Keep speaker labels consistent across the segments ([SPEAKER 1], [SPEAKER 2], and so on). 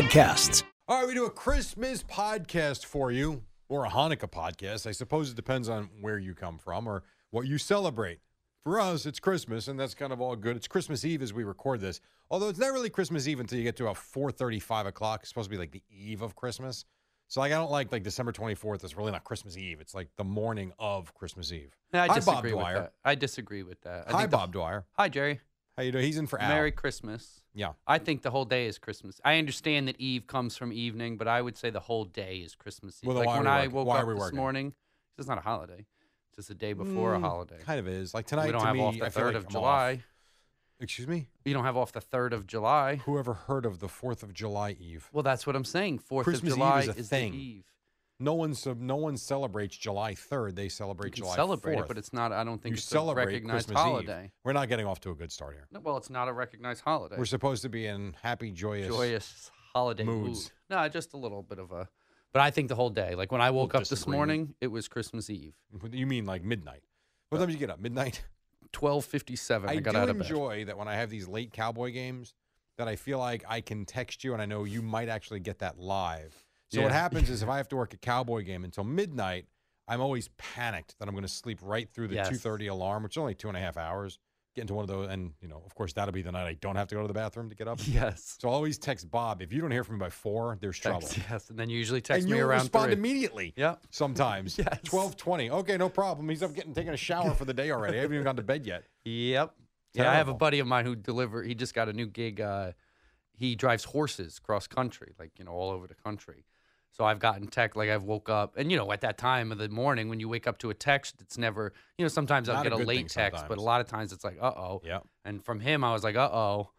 [SPEAKER 1] All right, we do a Christmas podcast for you, or a Hanukkah podcast. I suppose it depends on where you come from or what you celebrate. For us, it's Christmas, and that's kind of all good. It's Christmas Eve as we record this. Although it's not really Christmas Eve until you get to about 4.30, 5 o'clock. It's supposed to be like the eve of Christmas. So like I don't like like December 24th. It's really not Christmas Eve. It's like the morning of Christmas Eve.
[SPEAKER 2] I
[SPEAKER 1] Hi,
[SPEAKER 2] disagree
[SPEAKER 1] Bob
[SPEAKER 2] with
[SPEAKER 1] Dwyer.
[SPEAKER 2] that. I disagree with that. I
[SPEAKER 1] Hi,
[SPEAKER 2] think the-
[SPEAKER 1] Bob Dwyer.
[SPEAKER 2] Hi, Jerry.
[SPEAKER 1] How you doing? He's in for Al.
[SPEAKER 2] Merry Christmas.
[SPEAKER 1] Yeah.
[SPEAKER 2] I think the whole day is Christmas. I understand that Eve comes from evening, but I would say the whole day is Christmas Eve.
[SPEAKER 1] Well, then
[SPEAKER 2] like
[SPEAKER 1] why are
[SPEAKER 2] when
[SPEAKER 1] we
[SPEAKER 2] I
[SPEAKER 1] working-
[SPEAKER 2] woke
[SPEAKER 1] why are
[SPEAKER 2] up
[SPEAKER 1] we
[SPEAKER 2] this
[SPEAKER 1] working?
[SPEAKER 2] morning, it's not a holiday. It's just the day before a
[SPEAKER 1] Mm,
[SPEAKER 2] holiday.
[SPEAKER 1] Kind of is. Like tonight
[SPEAKER 2] we don't
[SPEAKER 1] to
[SPEAKER 2] have
[SPEAKER 1] me,
[SPEAKER 2] off the
[SPEAKER 1] I feel
[SPEAKER 2] third
[SPEAKER 1] like
[SPEAKER 2] of
[SPEAKER 1] I'm off.
[SPEAKER 2] July.
[SPEAKER 1] Excuse me?
[SPEAKER 2] You don't have off the third of July.
[SPEAKER 1] Whoever heard of the 4th of July Eve?
[SPEAKER 2] Well, that's what I'm saying. Fourth
[SPEAKER 1] Christmas
[SPEAKER 2] of
[SPEAKER 1] Eve
[SPEAKER 2] July
[SPEAKER 1] is a
[SPEAKER 2] the
[SPEAKER 1] thing.
[SPEAKER 2] Eve.
[SPEAKER 1] No one so no one celebrates July 3rd. They celebrate
[SPEAKER 2] You can
[SPEAKER 1] July
[SPEAKER 2] celebrate
[SPEAKER 1] 4th.
[SPEAKER 2] it, but it's not. I don't think
[SPEAKER 1] you
[SPEAKER 2] it's a
[SPEAKER 1] celebrate
[SPEAKER 2] recognized
[SPEAKER 1] Christmas
[SPEAKER 2] holiday.
[SPEAKER 1] Eve. We're not getting off to a good start here.
[SPEAKER 2] No, well, it's not a recognized holiday.
[SPEAKER 1] We're supposed to be in happy, joyous.
[SPEAKER 2] joyous holiday
[SPEAKER 1] moods.
[SPEAKER 2] mood. No, just a little bit of a. But I think the whole day, like when I woke up this
[SPEAKER 1] disagree.
[SPEAKER 2] morning, it was Christmas Eve,
[SPEAKER 1] You mean like midnight? What time did you get up? Midnight.
[SPEAKER 2] twelve fifty seven. I,
[SPEAKER 1] I,
[SPEAKER 2] got
[SPEAKER 1] do
[SPEAKER 2] out of bed.
[SPEAKER 1] enjoy that when I have these late cowboy games that I feel like I can text you and I know you might actually get that live. So what
[SPEAKER 2] Yeah.
[SPEAKER 1] happens is if I have to work a cowboy game until midnight, I'm always panicked that I'm going to sleep right through the
[SPEAKER 2] Yes.
[SPEAKER 1] 2:30 alarm, which is only two and a half hours. Get into one of those, and you know, of course, that'll be the night I don't have to go to the bathroom to get up.
[SPEAKER 2] Yes,
[SPEAKER 1] So I always text Bob if you don't hear from me by four, there's trouble.
[SPEAKER 2] text, yes, and then you usually text
[SPEAKER 1] and
[SPEAKER 2] me
[SPEAKER 1] you'll
[SPEAKER 2] around
[SPEAKER 1] respond
[SPEAKER 2] three.
[SPEAKER 1] immediately.
[SPEAKER 2] Yep.
[SPEAKER 1] Sometimes.
[SPEAKER 2] Yes.
[SPEAKER 1] Twelve twenty. Okay, no problem. He's up getting taking a shower for the day already. I haven't even gone to bed yet.
[SPEAKER 2] Yep. Yeah, I have a
[SPEAKER 1] Terrible.
[SPEAKER 2] buddy of mine who deliver. He just got a new gig. Uh, he drives horses cross country, like you know, all over the country. So I've gotten tech. Like I've woke up, and you know, at that time of the morning when you wake up to a text, it's never. You know, sometimes I'll
[SPEAKER 1] Not a
[SPEAKER 2] get a,
[SPEAKER 1] good thing
[SPEAKER 2] late text, but
[SPEAKER 1] sometimes.
[SPEAKER 2] a lot of times it's like, uh oh.
[SPEAKER 1] Yep.
[SPEAKER 2] And from him, I was like, uh oh.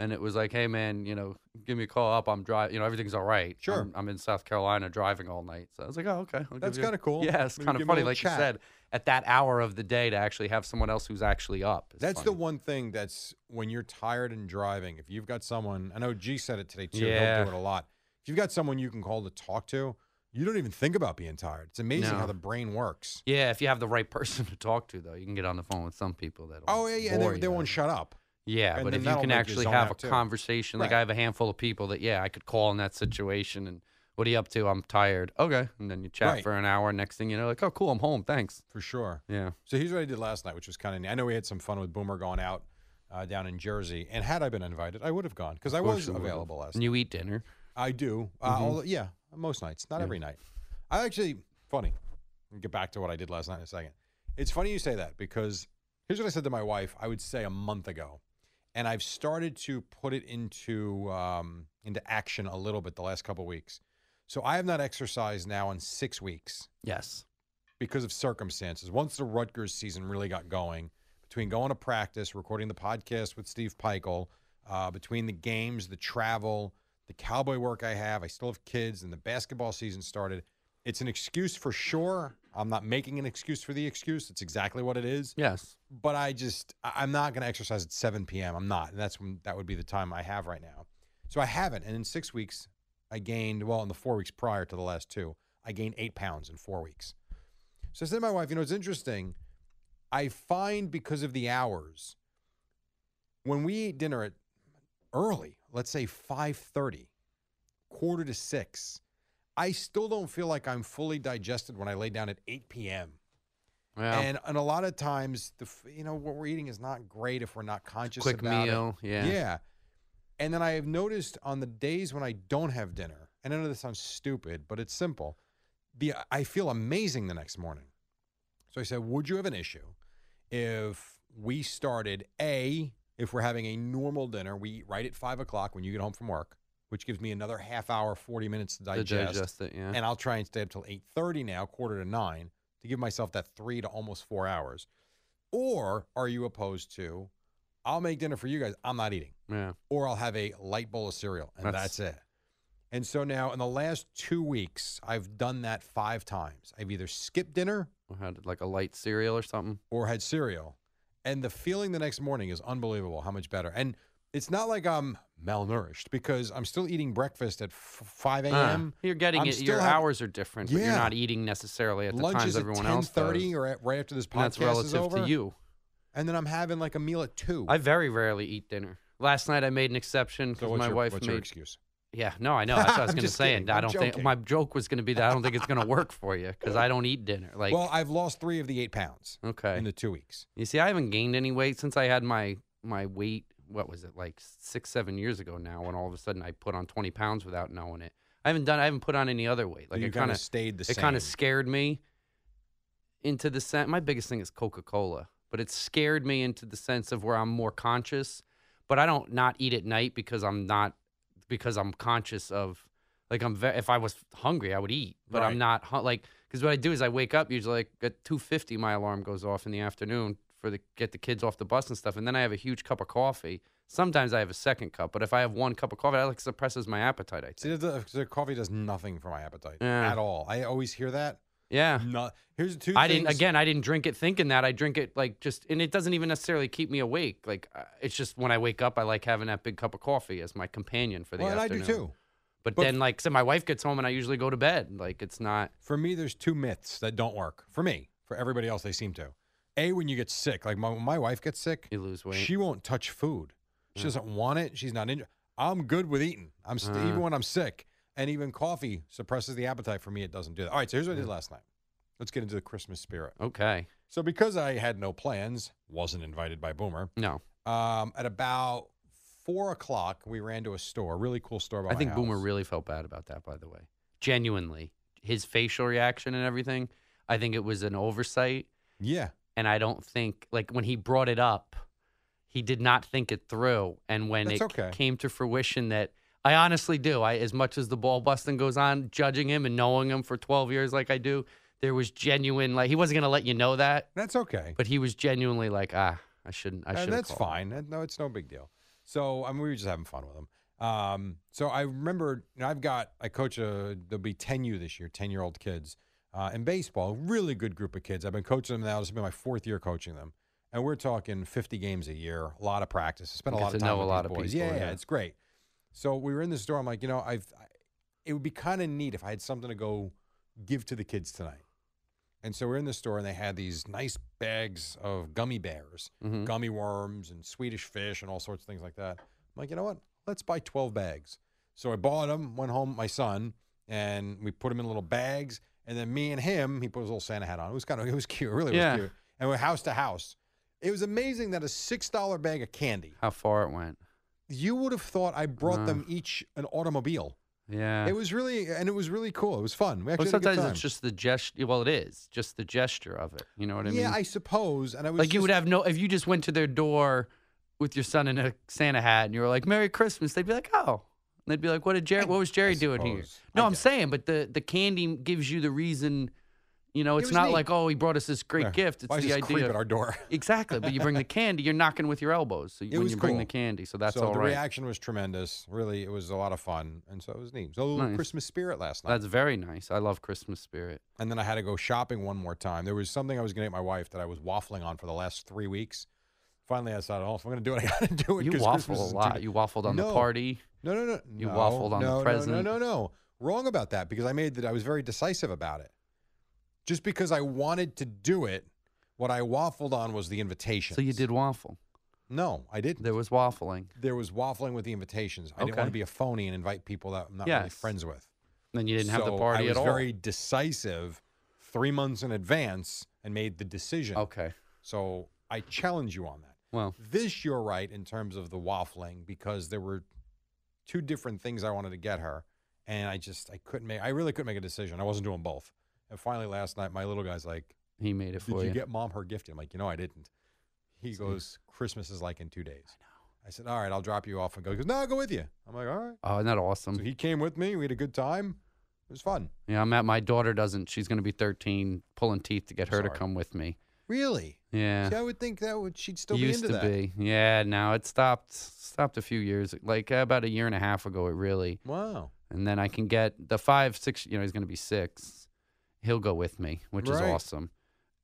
[SPEAKER 2] And it was like, hey man, you know, give me a call up. I'm driving. You know, everything's all right.
[SPEAKER 1] Sure.
[SPEAKER 2] I'm, I'm in South Carolina driving all night. So I was like, oh okay. I'll give
[SPEAKER 1] That's
[SPEAKER 2] you a-
[SPEAKER 1] kinda cool.
[SPEAKER 2] Yeah, it's
[SPEAKER 1] Maybe
[SPEAKER 2] kind
[SPEAKER 1] give
[SPEAKER 2] of
[SPEAKER 1] him a
[SPEAKER 2] funny,
[SPEAKER 1] little
[SPEAKER 2] like you
[SPEAKER 1] chat.
[SPEAKER 2] said, at that hour of the day to actually have someone else who's actually up. is
[SPEAKER 1] That's
[SPEAKER 2] funny.
[SPEAKER 1] the one thing that's when you're tired and driving. If you've got someone, I know G said it today too.
[SPEAKER 2] Yeah.
[SPEAKER 1] Don't do it a lot. If you've got someone you can call to talk to, you don't even think about being tired. It's amazing how
[SPEAKER 2] No.
[SPEAKER 1] the brain works.
[SPEAKER 2] Yeah, if you have the right person to talk to, though, you can get on the phone with some people that.
[SPEAKER 1] Oh yeah, yeah. And
[SPEAKER 2] bore
[SPEAKER 1] they,
[SPEAKER 2] you,
[SPEAKER 1] they won't
[SPEAKER 2] though.
[SPEAKER 1] shut up.
[SPEAKER 2] Yeah,
[SPEAKER 1] and
[SPEAKER 2] but
[SPEAKER 1] then
[SPEAKER 2] if you
[SPEAKER 1] that'll
[SPEAKER 2] can
[SPEAKER 1] make you
[SPEAKER 2] actually
[SPEAKER 1] zone
[SPEAKER 2] have
[SPEAKER 1] out,
[SPEAKER 2] a
[SPEAKER 1] too.
[SPEAKER 2] conversation, like
[SPEAKER 1] Right.
[SPEAKER 2] I have a handful of people that, yeah, I could call in that situation and. What are you up to? I'm tired. Okay, and then you chat
[SPEAKER 1] Right.
[SPEAKER 2] for an hour. Next thing you know, like, oh, cool, I'm home. Thanks.
[SPEAKER 1] For sure.
[SPEAKER 2] Yeah.
[SPEAKER 1] So here's what I did last night, which was kind of neat. I know we had some fun with Boomer going out uh, down in Jersey, and had I been invited, I would have gone because I was available last.
[SPEAKER 2] And you eat dinner.
[SPEAKER 1] I do. Uh, although- yeah, most nights, not every night. I actually funny. I'll Get back to what I did last night in a second. It's funny you say that because here's what I said to my wife. I would say a month ago, and I've started to put it into um, into action a little bit the last couple weeks. So I have not exercised now in six weeks
[SPEAKER 2] Yes.
[SPEAKER 1] because of circumstances. Once the Rutgers season really got going, between going to practice, recording the podcast with Steve Peichel, uh, between the games, the travel, the cowboy work I have, I still have kids, and the basketball season started. It's an excuse for sure. I'm not making an excuse for the excuse. It's exactly what it is.
[SPEAKER 2] Yes.
[SPEAKER 1] But I just, I- I'm not going to exercise at 7 p.m. I'm not. And that's when that would be the time I have right now. So I haven't. And in six weeks, I gained, well, in the four weeks prior to the last two, I gained eight pounds in four weeks. So I said to my wife, you know, it's interesting. I find because of the hours, when we eat dinner at early, let's say 5:30, quarter to six, I still don't feel like I'm fully digested when I lay down at 8 p.m.
[SPEAKER 2] Yeah.
[SPEAKER 1] And and a lot of times, the f- you know what we're eating is not great if we're not conscious.
[SPEAKER 2] Quick
[SPEAKER 1] about it.
[SPEAKER 2] meal. Yeah.
[SPEAKER 1] Yeah. And then I have noticed on the days when I don't have dinner, and I know this sounds stupid, but it's simple. The I feel amazing the next morning. So I said, would you have an issue if we started a if we're having a normal dinner, we eat right at five o'clock when you get home from work, which gives me another half hour, forty minutes to
[SPEAKER 2] To
[SPEAKER 1] digest.
[SPEAKER 2] digest it. Yeah.
[SPEAKER 1] And I'll try and stay up till eight thirty now, quarter to nine, to give myself that three to almost four hours. Or are you opposed to? I'll make dinner for you guys. I'm not eating
[SPEAKER 2] yeah.
[SPEAKER 1] or I'll have a light bowl of cereal, and that's,
[SPEAKER 2] That's-
[SPEAKER 1] it. And so now, in the last two weeks, I've done that five times. I've either skipped dinner
[SPEAKER 2] Or had like a light cereal or something.
[SPEAKER 1] or had cereal. And the feeling the next morning is unbelievable how much better. And it's not like I'm malnourished because I'm still eating breakfast at f- 5
[SPEAKER 2] Uh,
[SPEAKER 1] a.m.
[SPEAKER 2] you're getting
[SPEAKER 1] I'm
[SPEAKER 2] it.
[SPEAKER 1] still
[SPEAKER 2] Your
[SPEAKER 1] having-
[SPEAKER 2] hours are different, but you're
[SPEAKER 1] Yeah.
[SPEAKER 2] not eating necessarily at the
[SPEAKER 1] Lunch
[SPEAKER 2] times
[SPEAKER 1] is at
[SPEAKER 2] everyone else does.
[SPEAKER 1] 10:30 or at, right after this
[SPEAKER 2] and
[SPEAKER 1] podcast
[SPEAKER 2] that's
[SPEAKER 1] is
[SPEAKER 2] relative
[SPEAKER 1] over.
[SPEAKER 2] to you.
[SPEAKER 1] And then I'm having like a meal at 2.
[SPEAKER 2] I very rarely eat dinner. Last night I made an exception
[SPEAKER 1] so
[SPEAKER 2] because
[SPEAKER 1] what's
[SPEAKER 2] my
[SPEAKER 1] your,
[SPEAKER 2] wife
[SPEAKER 1] what's
[SPEAKER 2] made.
[SPEAKER 1] your excuse?
[SPEAKER 2] Yeah, no, I know. That's what I was
[SPEAKER 1] I'm
[SPEAKER 2] going to
[SPEAKER 1] just
[SPEAKER 2] say,
[SPEAKER 1] kidding.
[SPEAKER 2] and I
[SPEAKER 1] I'm
[SPEAKER 2] don't think
[SPEAKER 1] joking.
[SPEAKER 2] my joke was going to be that. I don't think it's going to work for you because I don't eat dinner. Like,
[SPEAKER 1] well, I've lost three of the eight pounds
[SPEAKER 2] okay,
[SPEAKER 1] in the two weeks.
[SPEAKER 2] you see, I haven't gained any weight since I had my my weight. What was it like six, seven years ago now? When all of a sudden I put on twenty pounds without knowing it. I haven't done. I haven't put on any other weight.
[SPEAKER 1] So
[SPEAKER 2] Like
[SPEAKER 1] you
[SPEAKER 2] it kind
[SPEAKER 1] kinda
[SPEAKER 2] of
[SPEAKER 1] stayed the
[SPEAKER 2] it
[SPEAKER 1] same.
[SPEAKER 2] kind of scared me into the sense. My biggest thing is Coca Cola, but it scared me into the sense of where I'm more conscious. But I don't not eat at night because I'm not because I'm conscious of like I'm ve- if I was hungry I would eat, but
[SPEAKER 1] Right.
[SPEAKER 2] I'm not hu- like because what I do is I wake up usually like at two fifty my alarm goes off in the afternoon for the get the kids off the bus and stuff, and then I have a huge cup of coffee. Sometimes I have a second cup, but if I have one cup of coffee, that like suppresses my appetite. I think.
[SPEAKER 1] See, the, the coffee does nothing for my appetite
[SPEAKER 2] Yeah.
[SPEAKER 1] at all. I always hear that.
[SPEAKER 2] Yeah.
[SPEAKER 1] No, here's the two
[SPEAKER 2] I didn't.
[SPEAKER 1] things-
[SPEAKER 2] Again, I didn't drink it thinking that. I drink it like just, and it doesn't even necessarily keep me awake. Like uh, it's just when I wake up, I like having that big cup of coffee as my companion for the
[SPEAKER 1] Well, and I
[SPEAKER 2] afternoon.
[SPEAKER 1] do too.
[SPEAKER 2] But,
[SPEAKER 1] But-
[SPEAKER 2] then, like, so my wife gets home and I usually go to bed. Like it's not.
[SPEAKER 1] For me, there's two myths that don't work. For me, for everybody else, they seem to. A, when you get sick, like my, when my wife gets sick,
[SPEAKER 2] You lose weight.
[SPEAKER 1] she won't touch food.
[SPEAKER 2] Mm.
[SPEAKER 1] She doesn't want it. She's not in. I'm good with eating. I'm st-
[SPEAKER 2] Uh.
[SPEAKER 1] even when I'm sick, and even coffee suppresses the appetite. For me, it doesn't do that. All right, so here's what I
[SPEAKER 2] Mm.
[SPEAKER 1] did last night. Let's get into the Christmas spirit.
[SPEAKER 2] okay.
[SPEAKER 1] So because I had no plans, wasn't invited by Boomer.
[SPEAKER 2] No,
[SPEAKER 1] Um, at about four o'clock, we ran to a store, a really cool store. By
[SPEAKER 2] I
[SPEAKER 1] my
[SPEAKER 2] think Boomer
[SPEAKER 1] house.
[SPEAKER 2] really felt bad about that. By the way, genuinely, his facial reaction and everything. I think it was an oversight,
[SPEAKER 1] Yeah.
[SPEAKER 2] and I don't think like when he brought it up, he did not think it through. And when
[SPEAKER 1] That's
[SPEAKER 2] it
[SPEAKER 1] okay.
[SPEAKER 2] came to fruition that I honestly do, I as much as the ball busting goes on, judging him and knowing him for 12 years like I do, there was genuine like he wasn't going to let you know that,
[SPEAKER 1] That's okay.
[SPEAKER 2] but he was genuinely like, "Ah, I shouldn't I should
[SPEAKER 1] and Uh, that's fine. That- No, it's no big deal. So I mean, we were just having fun with them. Um, so I remembered, you know, I've got I coach a there'll be ten U this year, ten year old kids uh, in baseball. Really good group of kids. I've been coaching them now. This has been my fourth year coaching them, and we're talking fifty games a year. A lot of practice. Spent a
[SPEAKER 2] Get
[SPEAKER 1] lot of
[SPEAKER 2] to
[SPEAKER 1] time
[SPEAKER 2] know
[SPEAKER 1] with
[SPEAKER 2] a lot
[SPEAKER 1] these
[SPEAKER 2] of
[SPEAKER 1] boys.
[SPEAKER 2] people,
[SPEAKER 1] yeah,
[SPEAKER 2] yeah.
[SPEAKER 1] yeah, it's great. So we were in the store. I'm like, you know, I've I, it would be kind of neat if I had something to go give to the kids tonight. And so we're in the store, and they had these nice bags of gummy bears
[SPEAKER 2] hmm
[SPEAKER 1] gummy worms and Swedish fish and all sorts of things like that. I'm like, you know what? Let's buy 12 bags. So I bought them, went home, with my son, and we put them in little bags. And then me and him, he put his little Santa hat on. It was kind of, it was cute. It really
[SPEAKER 2] Yeah.
[SPEAKER 1] was cute. And we're house to house. It was amazing that a $6 bag of candy,
[SPEAKER 2] How far it went.
[SPEAKER 1] you would have thought I brought
[SPEAKER 2] Wow.
[SPEAKER 1] them each an automobile.
[SPEAKER 2] Yeah.
[SPEAKER 1] It was really, and it was really cool. It was fun. We
[SPEAKER 2] Well,
[SPEAKER 1] actually had a good
[SPEAKER 2] sometimes
[SPEAKER 1] time.
[SPEAKER 2] it's just the gesture. Well, it is just the gesture of it. You know what I mean?
[SPEAKER 1] Yeah, I suppose. And I was
[SPEAKER 2] Like you would
[SPEAKER 1] just-
[SPEAKER 2] have no if you just went to their door with your son in a Santa hat and you were like, "Merry Christmas," they'd be like, "Oh," and they'd be like, "What did Jerry? What was Jerry doing here?"
[SPEAKER 1] suppose.
[SPEAKER 2] No,
[SPEAKER 1] I
[SPEAKER 2] I'm
[SPEAKER 1] guess.
[SPEAKER 2] saying, but the the candy gives you the reason. You know,
[SPEAKER 1] It
[SPEAKER 2] it's
[SPEAKER 1] was
[SPEAKER 2] not
[SPEAKER 1] neat.
[SPEAKER 2] like, "Oh, he brought us this great
[SPEAKER 1] Yeah.
[SPEAKER 2] gift." It's
[SPEAKER 1] Why is
[SPEAKER 2] the
[SPEAKER 1] this creep
[SPEAKER 2] idea.
[SPEAKER 1] at our door?
[SPEAKER 2] exactly, but you bring the candy, you're knocking with your elbows. So when
[SPEAKER 1] was
[SPEAKER 2] you bring the
[SPEAKER 1] cool.
[SPEAKER 2] candy, so that's
[SPEAKER 1] so
[SPEAKER 2] all
[SPEAKER 1] the
[SPEAKER 2] right.
[SPEAKER 1] reaction was tremendous. Really, it was a lot of fun, and so it was neat. So a little
[SPEAKER 2] Nice.
[SPEAKER 1] Christmas spirit last night,
[SPEAKER 2] that's very nice. I love Christmas spirit.
[SPEAKER 1] and then I had to go shopping one more time. There was something I was going to get my wife that I was waffling on for the last three weeks. Finally, I decided, oh, if I'm going to do it, I got to do it.
[SPEAKER 2] You
[SPEAKER 1] 'cause Christmas
[SPEAKER 2] waffle a
[SPEAKER 1] isn't too
[SPEAKER 2] lot.
[SPEAKER 1] big.
[SPEAKER 2] You waffled on the
[SPEAKER 1] No.
[SPEAKER 2] party.
[SPEAKER 1] no, no, no.
[SPEAKER 2] you
[SPEAKER 1] no,
[SPEAKER 2] waffled on the
[SPEAKER 1] no, No,
[SPEAKER 2] present.
[SPEAKER 1] no, no, no. Wrong about that because I made that. I was very decisive about it. Just because I wanted to do it, what I waffled on was the invitation.
[SPEAKER 2] So you did waffle.
[SPEAKER 1] No, I didn't.
[SPEAKER 2] There was waffling.
[SPEAKER 1] There was waffling with the invitations. I didn't want
[SPEAKER 2] Okay.
[SPEAKER 1] to be a phony and invite people that I'm not really
[SPEAKER 2] Yes.
[SPEAKER 1] friends with.
[SPEAKER 2] Then you didn't have
[SPEAKER 1] So
[SPEAKER 2] the party
[SPEAKER 1] I was
[SPEAKER 2] at all.
[SPEAKER 1] very decisive three months in advance and made the decision.
[SPEAKER 2] Okay.
[SPEAKER 1] So I challenge you on that.
[SPEAKER 2] Well,
[SPEAKER 1] This you're right in terms of the waffling because there were two different things I wanted to get her, and I just I couldn't make I really couldn't make a decision. I wasn't doing both. And finally last night, my little guy's like,
[SPEAKER 2] he made it
[SPEAKER 1] "Did
[SPEAKER 2] for
[SPEAKER 1] you
[SPEAKER 2] you.
[SPEAKER 1] get mom her gift?" I'm like, "You know, I didn't." He goes, "Christmas is like in two days." I know. I said, "All right, I'll drop you off and go." He goes, "No, I'll go with you." I'm like, "All right."
[SPEAKER 2] Oh, isn't that awesome?
[SPEAKER 1] So he came with me. We had a good time. It was fun.
[SPEAKER 2] yeah, I'm at my daughter doesn't. She's going to be 13, pulling teeth to get her to
[SPEAKER 1] Sorry.
[SPEAKER 2] come with me.
[SPEAKER 1] Really?
[SPEAKER 2] Yeah,
[SPEAKER 1] See, I would think that would she'd still
[SPEAKER 2] used
[SPEAKER 1] be into
[SPEAKER 2] to
[SPEAKER 1] that.
[SPEAKER 2] be. uh, Yeah, now it stopped. Stopped a few years, like about a year and a half ago. It really.
[SPEAKER 1] Wow.
[SPEAKER 2] and then I can get the five, six. You know, he's going to be six. He'll go with me, which is
[SPEAKER 1] Right.
[SPEAKER 2] awesome.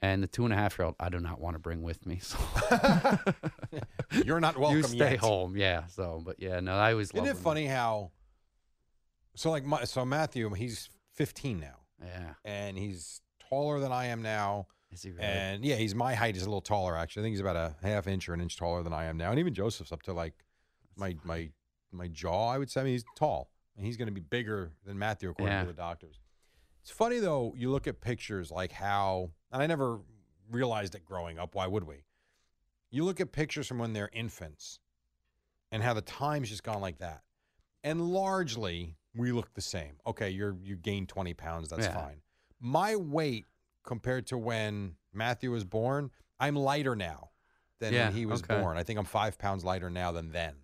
[SPEAKER 2] And the two and a half year old, I do not want to bring with me. So
[SPEAKER 1] You're not welcome
[SPEAKER 2] you stay
[SPEAKER 1] yet.
[SPEAKER 2] home, yeah. So, but yeah, no, I always
[SPEAKER 1] Isn't
[SPEAKER 2] love
[SPEAKER 1] it
[SPEAKER 2] when-
[SPEAKER 1] funny how? So like, my, so Matthew, he's 15 now,
[SPEAKER 2] Yeah,
[SPEAKER 1] and he's taller than I am now.
[SPEAKER 2] is he really?
[SPEAKER 1] And yeah, he's my height is a little taller actually. I think he's about a half inch or an inch taller than I am now. And even Joseph's up to like my my my jaw, I would say. I mean, he's tall. And he's gonna be bigger than Matthew according
[SPEAKER 2] Yeah.
[SPEAKER 1] to the doctors. It's funny though, you look at pictures like how and I never realized it growing up, why would we? You look at pictures from when they're infants and how the time's just gone like that. And largely we look the same. Okay, you're you gained twenty pounds, that's
[SPEAKER 2] Yeah.
[SPEAKER 1] fine. My weight compared to when Matthew was born, I'm lighter now than
[SPEAKER 2] Yeah,
[SPEAKER 1] when he was
[SPEAKER 2] okay.
[SPEAKER 1] born. I think I'm five pounds lighter now than then.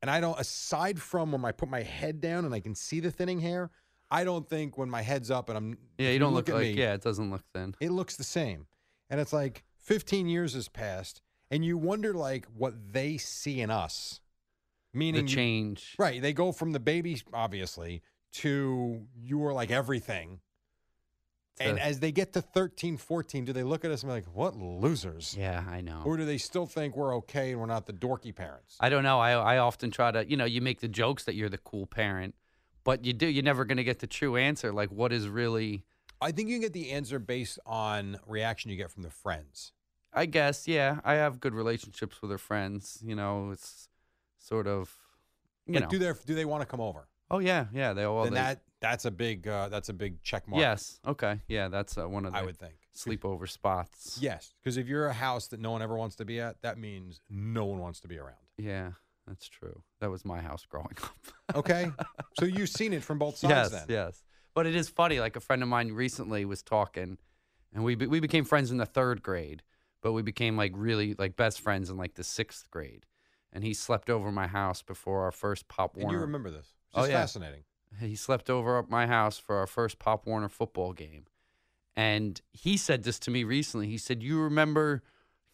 [SPEAKER 1] And I don't, aside from when I put my head down and I can see the thinning hair, I don't think when my head's up and I'm
[SPEAKER 2] yeah,
[SPEAKER 1] if
[SPEAKER 2] you don't look,
[SPEAKER 1] at
[SPEAKER 2] like
[SPEAKER 1] me,
[SPEAKER 2] yeah. It doesn't look thin.
[SPEAKER 1] it looks the same. And it's like 15 years has passed, and you wonder like what they see in us,
[SPEAKER 2] The
[SPEAKER 1] meaning you-
[SPEAKER 2] change,
[SPEAKER 1] Right. They go from the baby, obviously, to you are like everything. And
[SPEAKER 2] To-
[SPEAKER 1] as they get to 13, 14, do they look at us and be like, what losers?
[SPEAKER 2] Yeah, I know.
[SPEAKER 1] Or do they still think we're okay and we're not the dorky parents?
[SPEAKER 2] I don't know. I I often try to, you know, you make the jokes that you're the cool parent, but you do. You're never going to get the true answer. Like, what is really?
[SPEAKER 1] I think you can get the answer based on reaction you get from the friends.
[SPEAKER 2] I guess, yeah. I have good relationships with her friends. You know, it's sort of, you
[SPEAKER 1] Like,
[SPEAKER 2] know.
[SPEAKER 1] do they do they want to come over?
[SPEAKER 2] oh yeah, yeah. They all.
[SPEAKER 1] then
[SPEAKER 2] they-
[SPEAKER 1] that that's a big uh, that's a big check mark.
[SPEAKER 2] yes. Okay. Yeah, that's uh, one of the
[SPEAKER 1] I would think.
[SPEAKER 2] sleepover spots.
[SPEAKER 1] Yes, because if you're a house that no one ever wants to be at, that means no one wants to be around.
[SPEAKER 2] Yeah, that's true. That was my house growing up.
[SPEAKER 1] Okay, so you've seen it from both sides.
[SPEAKER 2] yes,
[SPEAKER 1] then.
[SPEAKER 2] yes. But it is funny. Like a friend of mine recently was talking, and we be, we became friends in the third grade, but we became like really like best friends in like the sixth grade. And he slept over my house before our first Pop
[SPEAKER 1] And you
[SPEAKER 2] Warner.
[SPEAKER 1] remember this? It's
[SPEAKER 2] Oh, yeah.
[SPEAKER 1] fascinating.
[SPEAKER 2] he slept over at my house for our first Pop Warner football game. And he said this to me recently. He said, You remember,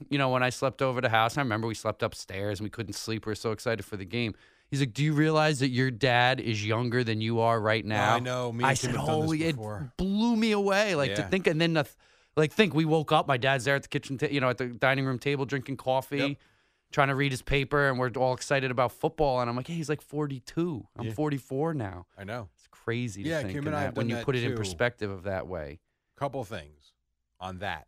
[SPEAKER 2] you know, when I slept over the house, I remember we slept upstairs and we couldn't sleep. We were so excited for the game. He's like, Do you realize that your dad is younger than you are right now?
[SPEAKER 1] I know. Me and
[SPEAKER 2] Oh, I
[SPEAKER 1] Kim
[SPEAKER 2] said,
[SPEAKER 1] have done this
[SPEAKER 2] Holy, it
[SPEAKER 1] before."
[SPEAKER 2] blew me away. Like to
[SPEAKER 1] Yeah.
[SPEAKER 2] think, and then the, th- like think we woke up. My dad's there at the kitchen, ta- you know, at the dining room table drinking coffee.
[SPEAKER 1] Yep.
[SPEAKER 2] Trying to read his paper, and we're all excited about football. And I'm like, hey, he's like 42. I'm
[SPEAKER 1] Yeah.
[SPEAKER 2] 44 now.
[SPEAKER 1] I know.
[SPEAKER 2] It's crazy to
[SPEAKER 1] Yeah,
[SPEAKER 2] think
[SPEAKER 1] Kim
[SPEAKER 2] in
[SPEAKER 1] and I
[SPEAKER 2] that,
[SPEAKER 1] have
[SPEAKER 2] when
[SPEAKER 1] done
[SPEAKER 2] you
[SPEAKER 1] that
[SPEAKER 2] put it in
[SPEAKER 1] too.
[SPEAKER 2] perspective of that way.
[SPEAKER 1] Couple things on that.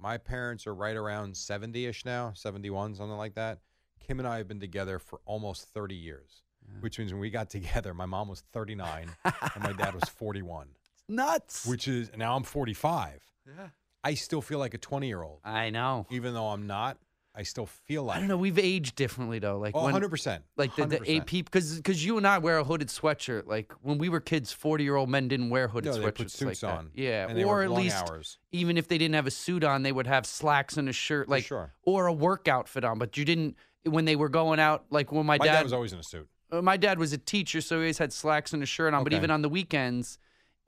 [SPEAKER 1] My parents are right around 70 ish now, 71, something like that. Kim and I have been together for almost 30 years, which means when we got together, my mom was 39 and my dad was 41,
[SPEAKER 2] Nuts.
[SPEAKER 1] which is now I'm 45.
[SPEAKER 2] Yeah.
[SPEAKER 1] I still feel like a 20 year old,
[SPEAKER 2] I know.
[SPEAKER 1] even though I'm not. I still feel like
[SPEAKER 2] I don't know. We've aged differently though. Like
[SPEAKER 1] Oh,
[SPEAKER 2] when,
[SPEAKER 1] 100%.
[SPEAKER 2] like the, the
[SPEAKER 1] 100%.
[SPEAKER 2] AP because because you and I wear a hooded sweatshirt. Like when we were kids, forty year old men didn't wear hooded
[SPEAKER 1] No,
[SPEAKER 2] sweatshirts
[SPEAKER 1] they put suits
[SPEAKER 2] like
[SPEAKER 1] on,
[SPEAKER 2] that. Yeah,
[SPEAKER 1] and they
[SPEAKER 2] or
[SPEAKER 1] work
[SPEAKER 2] at
[SPEAKER 1] long
[SPEAKER 2] least
[SPEAKER 1] hours.
[SPEAKER 2] even if they didn't have a suit on, they would have slacks and a shirt, like
[SPEAKER 1] sure.
[SPEAKER 2] or a work outfit on. But you didn't when they were going out. Like when my,
[SPEAKER 1] My dad, was always in a suit.
[SPEAKER 2] Uh, my dad was a teacher, so he always had slacks and a shirt on. But
[SPEAKER 1] Okay.
[SPEAKER 2] even on the weekends,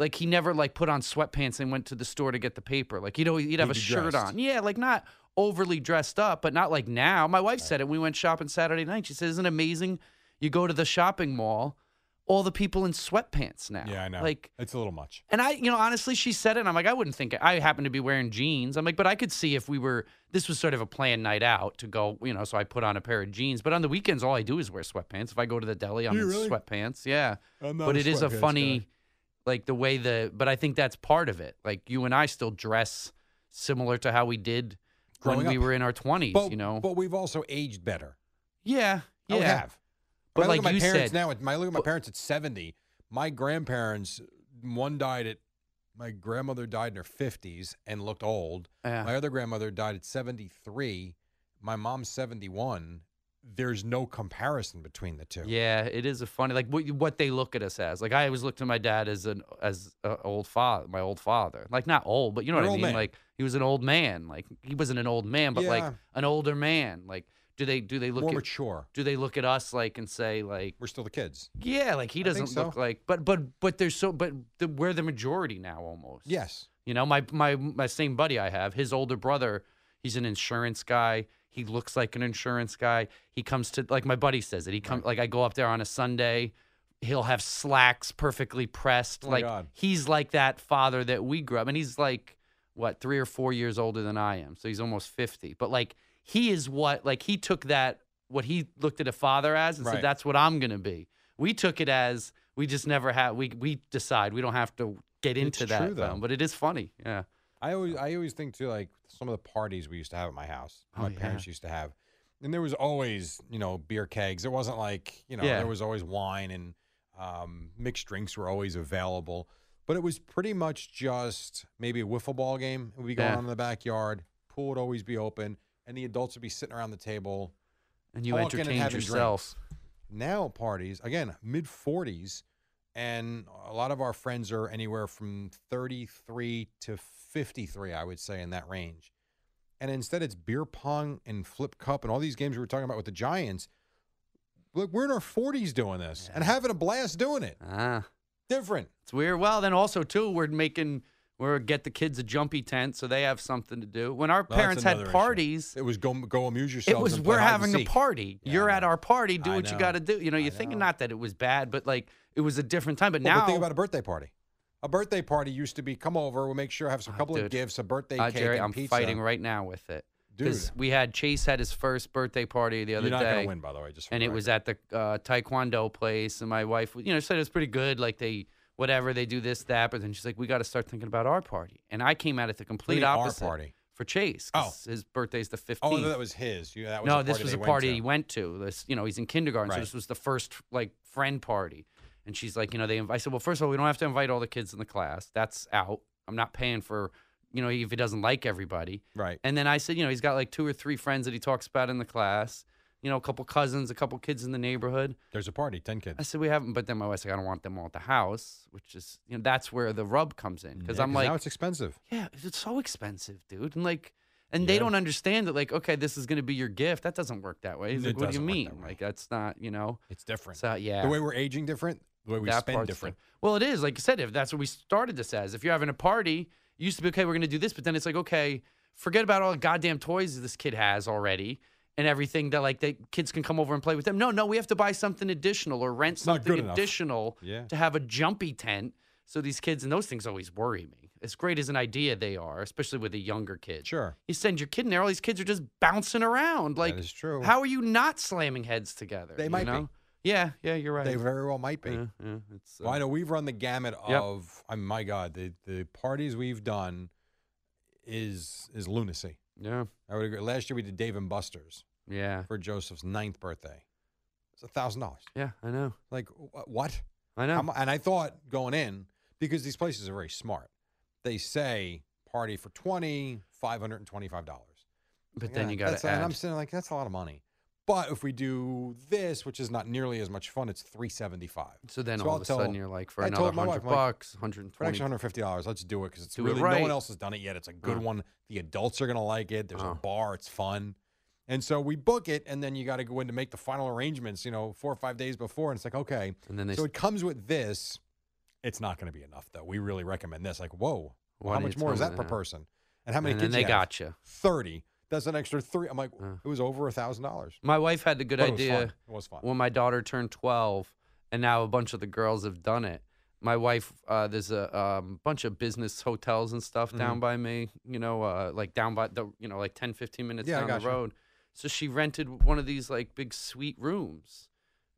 [SPEAKER 2] like he never like put on sweatpants and went to the store to get the paper. Like he'd always he'd have
[SPEAKER 1] He'd
[SPEAKER 2] a
[SPEAKER 1] be
[SPEAKER 2] shirt
[SPEAKER 1] dressed.
[SPEAKER 2] on. Yeah, like not overly dressed up, but not like now. My wife said it. We went shopping Saturday night. She said, "Isn't it amazing? You go to the shopping mall, all the people in sweatpants now.
[SPEAKER 1] Yeah, I know.
[SPEAKER 2] Like."
[SPEAKER 1] it's a little much.
[SPEAKER 2] And I, you know, honestly, she said it. And I'm like, I wouldn't think it. I happen to be wearing jeans. I'm like, but I could see if we were. This was sort of a planned night out to go, you know. So I put on a pair of jeans. But on the weekends, all I do is wear sweatpants. If I go to the deli, I'm
[SPEAKER 1] Do you
[SPEAKER 2] in
[SPEAKER 1] really?
[SPEAKER 2] sweatpants. Yeah.
[SPEAKER 1] I'm not
[SPEAKER 2] But
[SPEAKER 1] a
[SPEAKER 2] it is a
[SPEAKER 1] sweatpants
[SPEAKER 2] funny,
[SPEAKER 1] guy.
[SPEAKER 2] like the way the. But I think that's part of it. Like you and I still dress similar to how we did
[SPEAKER 1] Growing
[SPEAKER 2] when we
[SPEAKER 1] up.
[SPEAKER 2] were in our 20s.
[SPEAKER 1] But,
[SPEAKER 2] you know.
[SPEAKER 1] but we've also aged better.
[SPEAKER 2] yeah.
[SPEAKER 1] I
[SPEAKER 2] Yeah.
[SPEAKER 1] would have.
[SPEAKER 2] But
[SPEAKER 1] I mean, I
[SPEAKER 2] like
[SPEAKER 1] look at
[SPEAKER 2] you
[SPEAKER 1] my parents
[SPEAKER 2] said-
[SPEAKER 1] now, at my I look at my parents at seventy. My grandparents, one died at my grandmother died in her fifties and looked old.
[SPEAKER 2] Yeah.
[SPEAKER 1] My other grandmother died at seventy three. My mom's seventy one. There's no comparison between the two.
[SPEAKER 2] Yeah, it is a funny like what, you- what they look at us as. Like I always looked at my dad as an as a old father, my old father. Like not old, but you know
[SPEAKER 1] An
[SPEAKER 2] what I
[SPEAKER 1] old
[SPEAKER 2] mean.
[SPEAKER 1] man.
[SPEAKER 2] Like he was an old man. Like he wasn't an old man, but like
[SPEAKER 1] Yeah.
[SPEAKER 2] an older man. Like do they do they look
[SPEAKER 1] more
[SPEAKER 2] at
[SPEAKER 1] mature.
[SPEAKER 2] do they look at us like and say like
[SPEAKER 1] We're still the kids.
[SPEAKER 2] yeah, like he
[SPEAKER 1] I think
[SPEAKER 2] doesn't look
[SPEAKER 1] so.
[SPEAKER 2] like but but but there's so but the, we're the majority now almost.
[SPEAKER 1] Yes.
[SPEAKER 2] You know, my my my same buddy I have, his older brother, he's an insurance guy. He looks like an insurance guy. He comes to like my buddy says it. He comes like I go up there on a Sunday he'll have slacks perfectly pressed.
[SPEAKER 1] Oh my
[SPEAKER 2] like
[SPEAKER 1] God.
[SPEAKER 2] he's like that father that we grew up, and he's like what three or four years older than I am, so he's almost fifty. But like he is what like he took that what he looked at a father as, and
[SPEAKER 1] Right.
[SPEAKER 2] said that's what I'm gonna be. We took it as we just never have. We we decide we don't have to get
[SPEAKER 1] It's
[SPEAKER 2] into that
[SPEAKER 1] true, though.
[SPEAKER 2] film, but it is funny. Yeah,
[SPEAKER 1] I always I always think too like some of the parties we used to have at my house.
[SPEAKER 2] Oh,
[SPEAKER 1] my
[SPEAKER 2] yeah.
[SPEAKER 1] parents used to have. And there was always, you know, beer kegs. It wasn't like, you know,
[SPEAKER 2] Yeah.
[SPEAKER 1] there was always wine and um, mixed drinks were always available. But it was pretty much just maybe a wiffle ball game would be going
[SPEAKER 2] Yeah.
[SPEAKER 1] on in the backyard. Pool would always be open, and the adults would be sitting around the table.
[SPEAKER 2] and you
[SPEAKER 1] Talking and
[SPEAKER 2] entertained
[SPEAKER 1] having
[SPEAKER 2] yourself.
[SPEAKER 1] Now parties, again, mid forties, and a lot of our friends are anywhere from thirty three to fifty three, I would say, in that range. And instead, it's beer pong and flip cup and all these games we were talking about with the Giants. Look, we're in our forties doing this and having a blast doing it.
[SPEAKER 2] Ah.
[SPEAKER 1] Different.
[SPEAKER 2] It's weird. Well, then also too, we're making we're get the kids a jumpy tent so they have something to do. When our
[SPEAKER 1] Well, that's
[SPEAKER 2] parents had
[SPEAKER 1] another issue.
[SPEAKER 2] parties,
[SPEAKER 1] It was go go amuse yourself.
[SPEAKER 2] it was
[SPEAKER 1] and play
[SPEAKER 2] we're
[SPEAKER 1] hide and
[SPEAKER 2] having a
[SPEAKER 1] seek.
[SPEAKER 2] party.
[SPEAKER 1] Yeah, I
[SPEAKER 2] You're at
[SPEAKER 1] know.
[SPEAKER 2] our party. Do
[SPEAKER 1] I
[SPEAKER 2] what you
[SPEAKER 1] know.
[SPEAKER 2] got to do. You know,
[SPEAKER 1] I
[SPEAKER 2] you're thinking
[SPEAKER 1] know.
[SPEAKER 2] not that it was bad, but like it was a different time. But
[SPEAKER 1] Well,
[SPEAKER 2] now
[SPEAKER 1] but think about a birthday party. A birthday party used to be come over. We'll make sure have some
[SPEAKER 2] Oh,
[SPEAKER 1] couple of
[SPEAKER 2] dude.
[SPEAKER 1] gifts, a birthday
[SPEAKER 2] Uh,
[SPEAKER 1] cake,
[SPEAKER 2] Jerry,
[SPEAKER 1] and
[SPEAKER 2] I'm
[SPEAKER 1] pizza.
[SPEAKER 2] fighting right now with it because
[SPEAKER 1] Dude,
[SPEAKER 2] we had Chase had his first birthday party the other
[SPEAKER 1] you're not
[SPEAKER 2] day.
[SPEAKER 1] gonna win, by the way. Just for
[SPEAKER 2] and
[SPEAKER 1] the
[SPEAKER 2] it
[SPEAKER 1] record.
[SPEAKER 2] was at the uh, taekwondo place and my wife you know said it's pretty good like they whatever they do this that but then she's like we got to start thinking about our party and i came out at the complete
[SPEAKER 1] mean our
[SPEAKER 2] opposite
[SPEAKER 1] party?
[SPEAKER 2] for chase 'cause his birthday's the 15th
[SPEAKER 1] Oh, no, that was his. You, that was
[SPEAKER 2] no
[SPEAKER 1] the
[SPEAKER 2] this
[SPEAKER 1] party
[SPEAKER 2] was
[SPEAKER 1] they
[SPEAKER 2] a
[SPEAKER 1] went
[SPEAKER 2] party
[SPEAKER 1] to.
[SPEAKER 2] he went to this you know he's in kindergarten so
[SPEAKER 1] Right.
[SPEAKER 2] this was the first like friend party and she's like you know they inv- i said well first of all we don't have to invite all the kids in the class that's out i'm not paying for you know if he doesn't like everybody
[SPEAKER 1] Right.
[SPEAKER 2] and then I said, you know, he's got like two or three friends that he talks about in the class, you know, a couple cousins, a couple kids in the neighborhood.
[SPEAKER 1] There's a party, 10
[SPEAKER 2] I
[SPEAKER 1] kids.
[SPEAKER 2] said, we haven't, but then my wife's like, I don't want them all at the house, which is, you know, that's where the rub comes in. Cause
[SPEAKER 1] Yeah,
[SPEAKER 2] I'm like,
[SPEAKER 1] now it's expensive.
[SPEAKER 2] yeah, it's so expensive, dude. And like, and they don't understand that, like, okay, this is going to be your gift. That doesn't work that way. He's
[SPEAKER 1] It
[SPEAKER 2] like, what do
[SPEAKER 1] doesn't
[SPEAKER 2] you
[SPEAKER 1] work
[SPEAKER 2] mean?
[SPEAKER 1] that way.
[SPEAKER 2] like, that's not, you know,
[SPEAKER 1] It's different.
[SPEAKER 2] so yeah.
[SPEAKER 1] The way we're aging different, the way we
[SPEAKER 2] that
[SPEAKER 1] spend
[SPEAKER 2] part's
[SPEAKER 1] different.
[SPEAKER 2] the- Well, it is like I said. If that's what we started this as, if you're having a party, it used to be okay. We're going to do this, but then it's like okay, forget about all the goddamn toys this kid has already and everything that like the kids can come over and play with them. No, no, we have to buy something additional or rent
[SPEAKER 1] not
[SPEAKER 2] something
[SPEAKER 1] good enough.
[SPEAKER 2] additional
[SPEAKER 1] Yeah.
[SPEAKER 2] to have a jumpy tent. So these kids and those things always worry me. As great as an idea they are, especially with a younger kid.
[SPEAKER 1] Sure.
[SPEAKER 2] You send your kid in there, all these kids are just bouncing around. Like
[SPEAKER 1] is true.
[SPEAKER 2] How are you not slamming heads together?
[SPEAKER 1] They
[SPEAKER 2] you
[SPEAKER 1] might be.
[SPEAKER 2] know? Yeah, yeah, you're right.
[SPEAKER 1] They very well might be.
[SPEAKER 2] yeah, yeah, it's, uh,
[SPEAKER 1] Well, I know we've run the gamut
[SPEAKER 2] Yep.
[SPEAKER 1] of, I mean, my God, the, the parties we've done is is lunacy.
[SPEAKER 2] Yeah.
[SPEAKER 1] I would agree. Last year we did Dave and Buster's
[SPEAKER 2] Yeah.
[SPEAKER 1] for Joseph's ninth birthday. It's a thousand dollars.
[SPEAKER 2] Yeah. I know.
[SPEAKER 1] Like wh- what?
[SPEAKER 2] I know.
[SPEAKER 1] How mu- and I thought going in because these places are very smart. They say party for twenty, five hundred and twenty-five dollars.
[SPEAKER 2] but then
[SPEAKER 1] Yeah,
[SPEAKER 2] you got
[SPEAKER 1] that's-
[SPEAKER 2] to add.
[SPEAKER 1] And I'm sitting like that's a lot of money. But if we do this, which is not nearly as much fun, it's three seventy-five.
[SPEAKER 2] so then
[SPEAKER 1] so
[SPEAKER 2] all
[SPEAKER 1] I'll
[SPEAKER 2] of a
[SPEAKER 1] tell-
[SPEAKER 2] sudden you're like, for
[SPEAKER 1] I
[SPEAKER 2] another
[SPEAKER 1] told my
[SPEAKER 2] hundred
[SPEAKER 1] wife, I'm like,
[SPEAKER 2] bucks,
[SPEAKER 1] For an extra
[SPEAKER 2] 120.
[SPEAKER 1] hundred fifty dollars, let's do it because it's
[SPEAKER 2] Do it
[SPEAKER 1] really no
[SPEAKER 2] right.
[SPEAKER 1] one else has done it yet. It's a good
[SPEAKER 2] Uh.
[SPEAKER 1] one. The adults are gonna like it. There's
[SPEAKER 2] Uh.
[SPEAKER 1] a bar. It's fun. And so we book it, and then you got to go in to make the final arrangements. You know, four or five days before, and it's like okay.
[SPEAKER 2] And then they
[SPEAKER 1] so
[SPEAKER 2] s-
[SPEAKER 1] it comes with this. It's not going to be enough, though. We really recommend this. Like, whoa, well,
[SPEAKER 2] Why
[SPEAKER 1] how
[SPEAKER 2] do you
[SPEAKER 1] much more is
[SPEAKER 2] tell
[SPEAKER 1] that
[SPEAKER 2] me
[SPEAKER 1] per
[SPEAKER 2] that?
[SPEAKER 1] person? And how many
[SPEAKER 2] And then
[SPEAKER 1] kids?
[SPEAKER 2] they
[SPEAKER 1] you have?
[SPEAKER 2] gotcha.
[SPEAKER 1] Thirty. That's an extra three. I'm like,
[SPEAKER 2] Uh.
[SPEAKER 1] it was over a thousand dollars.
[SPEAKER 2] My wife had the good
[SPEAKER 1] But It
[SPEAKER 2] idea.
[SPEAKER 1] was fun. It was fun.
[SPEAKER 2] when my daughter turned 12 and now a bunch of the girls have done it my wife uh, there's a um, bunch of business hotels and stuff
[SPEAKER 1] Mm-hmm.
[SPEAKER 2] down by me you know uh, like down by the you know like 10 15 minutes
[SPEAKER 1] Yeah, I
[SPEAKER 2] down the
[SPEAKER 1] gotcha.
[SPEAKER 2] road so she rented one of these like big suite rooms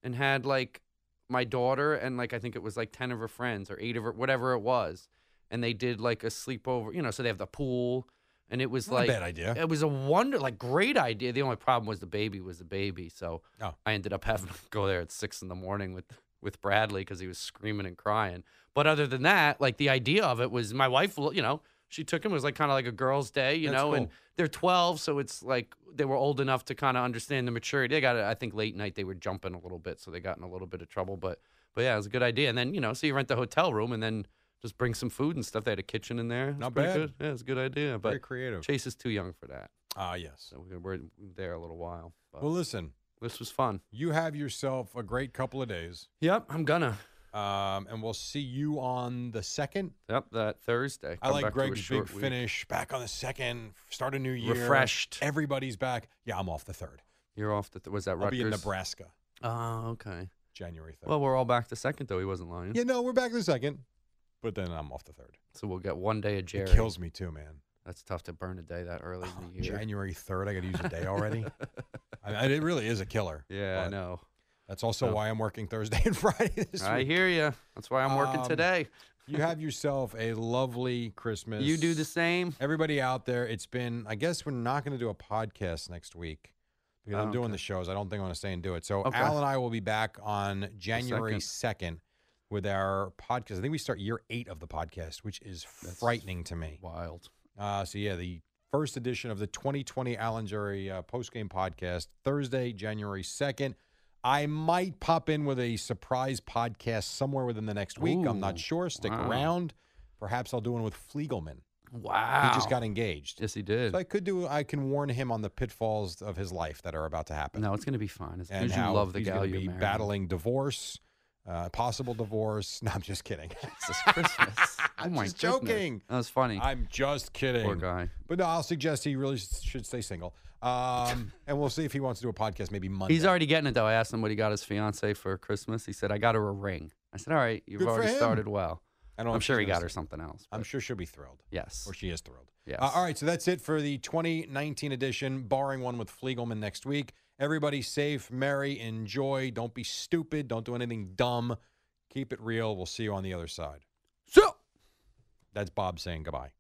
[SPEAKER 2] and had like my daughter and like i think it was like 10 of her friends or 8 of her whatever it was and they did like a sleepover you know so they have the pool and it was
[SPEAKER 1] Not a
[SPEAKER 2] like
[SPEAKER 1] bad idea.
[SPEAKER 2] it was a wonder, like great idea. The only problem was the baby was the baby, so
[SPEAKER 1] Oh.
[SPEAKER 2] I ended up having to go there at six in the morning with with Bradley because he was screaming and crying. But other than that, like the idea of it was my wife, you know, she took him. It was like kind of like a girl's day, you
[SPEAKER 1] That's
[SPEAKER 2] know, and
[SPEAKER 1] cool.
[SPEAKER 2] they're twelve, so it's like they were old enough to kind of understand the maturity. They got, I think, late night they were jumping a little bit, so they got in a little bit of trouble. But but yeah, it was a good idea. And then you know, so you rent the hotel room and then. Just bring some food and stuff. They had a kitchen in there. It was
[SPEAKER 1] Not
[SPEAKER 2] pretty
[SPEAKER 1] bad.
[SPEAKER 2] Good. Yeah, it's a good idea. But
[SPEAKER 1] Very creative.
[SPEAKER 2] Chase is too young for that.
[SPEAKER 1] Ah, yes.
[SPEAKER 2] So we're, we're there a little while. But
[SPEAKER 1] Well, listen,
[SPEAKER 2] this was fun.
[SPEAKER 1] you have yourself a great couple of days,
[SPEAKER 2] Yep, I'm gonna.
[SPEAKER 1] um, and we'll see you on the second.
[SPEAKER 2] Yep, that Thursday.
[SPEAKER 1] I
[SPEAKER 2] Come
[SPEAKER 1] like
[SPEAKER 2] back to a
[SPEAKER 1] Greg's big
[SPEAKER 2] short week.
[SPEAKER 1] finish. Back on the second, start a new year.
[SPEAKER 2] Refreshed.
[SPEAKER 1] Everybody's back. Yeah, I'm off the third.
[SPEAKER 2] You're off. The th- was that
[SPEAKER 1] I'll
[SPEAKER 2] Rutgers?
[SPEAKER 1] be in Nebraska.
[SPEAKER 2] Oh, okay.
[SPEAKER 1] January 3rd.
[SPEAKER 2] Well, we're all back to second though. He wasn't lying.
[SPEAKER 1] yeah, no, we're back to the second, but then I'm off the third.
[SPEAKER 2] So we'll get one day of Jerry.
[SPEAKER 1] It kills me too, man. Oh,
[SPEAKER 2] That's tough to burn a day that early in the year.
[SPEAKER 1] January 3rd, I got to use a day already. I mean, it really is a killer.
[SPEAKER 2] Yeah, I
[SPEAKER 1] but
[SPEAKER 2] know.
[SPEAKER 1] That's also
[SPEAKER 2] So-
[SPEAKER 1] why I'm working Thursday and Friday this
[SPEAKER 2] Oh. I
[SPEAKER 1] week.
[SPEAKER 2] hear you. That's why I'm working
[SPEAKER 1] Um,
[SPEAKER 2] today.
[SPEAKER 1] You have yourself a lovely Christmas.
[SPEAKER 2] You do the same.
[SPEAKER 1] Everybody out there, it's been, I guess we're not going to do a podcast next week because I'm
[SPEAKER 2] Oh,
[SPEAKER 1] doing
[SPEAKER 2] okay.
[SPEAKER 1] the shows. I don't think I'm going to stay and do it. So
[SPEAKER 2] Okay.
[SPEAKER 1] Al and I will be back on January
[SPEAKER 2] second.
[SPEAKER 1] 2nd with our podcast. I think we start year eight of the podcast, which is frightening to me.
[SPEAKER 2] Wild.
[SPEAKER 1] Uh, so yeah, the first edition of the 2020 Allen Jury uh, postgame podcast, Thursday, January 2nd. I might pop in with a surprise podcast somewhere within the next week. I'm not
[SPEAKER 2] Ooh,
[SPEAKER 1] sure. Stick
[SPEAKER 2] wow.
[SPEAKER 1] around. Perhaps I'll do one with Fliegelman.
[SPEAKER 2] Wow.
[SPEAKER 1] He just got engaged.
[SPEAKER 2] Yes, he did.
[SPEAKER 1] So I could do. I can warn him on the pitfalls of his life that are about to happen.
[SPEAKER 2] no, it's gonna be fine. As long
[SPEAKER 1] and
[SPEAKER 2] as you
[SPEAKER 1] how
[SPEAKER 2] love the
[SPEAKER 1] he's gonna
[SPEAKER 2] gal you're
[SPEAKER 1] be
[SPEAKER 2] marrying.
[SPEAKER 1] battling divorce, uh, possible divorce. No, I'm just kidding.
[SPEAKER 2] Jesus, Christmas. oh
[SPEAKER 1] I'm
[SPEAKER 2] my
[SPEAKER 1] just
[SPEAKER 2] goodness.
[SPEAKER 1] joking.
[SPEAKER 2] That was funny.
[SPEAKER 1] I'm just kidding.
[SPEAKER 2] Poor guy.
[SPEAKER 1] But no, I'll suggest he really s- should stay single. Um, and we'll see if he wants to do a podcast maybe Monday.
[SPEAKER 2] He's already getting it though. I asked him what he got his fiance for Christmas. He said, "I got her a ring." I said, "All right, you've
[SPEAKER 1] Good for
[SPEAKER 2] already
[SPEAKER 1] him.
[SPEAKER 2] started well."
[SPEAKER 1] I don't know
[SPEAKER 2] I'm
[SPEAKER 1] if
[SPEAKER 2] sure
[SPEAKER 1] she's
[SPEAKER 2] he
[SPEAKER 1] gonna
[SPEAKER 2] got her
[SPEAKER 1] stay.
[SPEAKER 2] something else.
[SPEAKER 1] I'm
[SPEAKER 2] but
[SPEAKER 1] sure she'll be thrilled,
[SPEAKER 2] Yes.
[SPEAKER 1] or she is thrilled.
[SPEAKER 2] Yes.
[SPEAKER 1] Uh, all right, so that's it for the 2019 edition, barring one with Fliegelman next week. Everybody safe, merry, enjoy. Don't be stupid. Don't do anything dumb. Keep it real. We'll see you on the other side.
[SPEAKER 2] So.
[SPEAKER 1] That's Bob saying goodbye.